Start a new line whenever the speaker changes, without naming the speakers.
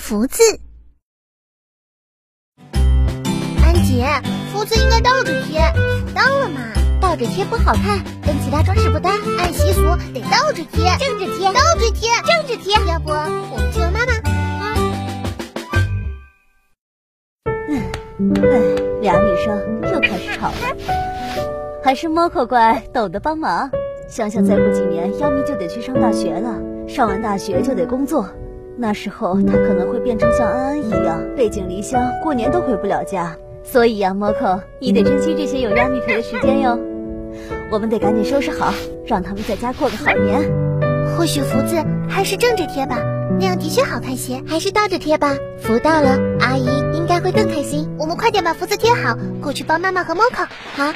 福字。安杰，福字应该倒着贴，福当了嘛？倒着贴不好看，跟其他装饰不搭，按习俗得倒着贴，正着贴，倒着贴，正着贴。要不我们去问妈妈？
嗯哎，俩女生又开始吵了，还是 Moco 乖懂得帮忙。想想再过几年，妖咪就得去上大学了，上完大学就得工作，那时候她可能会变成像安安一样背井离乡，过年都回不了家。所以呀、m o c o 你得珍惜这些有丫咪陪的时间哟。我们得赶紧收拾好，让他们在家过个好年。
或许福字还是正着贴吧，那样的确好看些。还是倒着贴吧，福到了，阿姨应该会更开心。我们快点把福字贴好，过去帮妈妈和 Moco。好，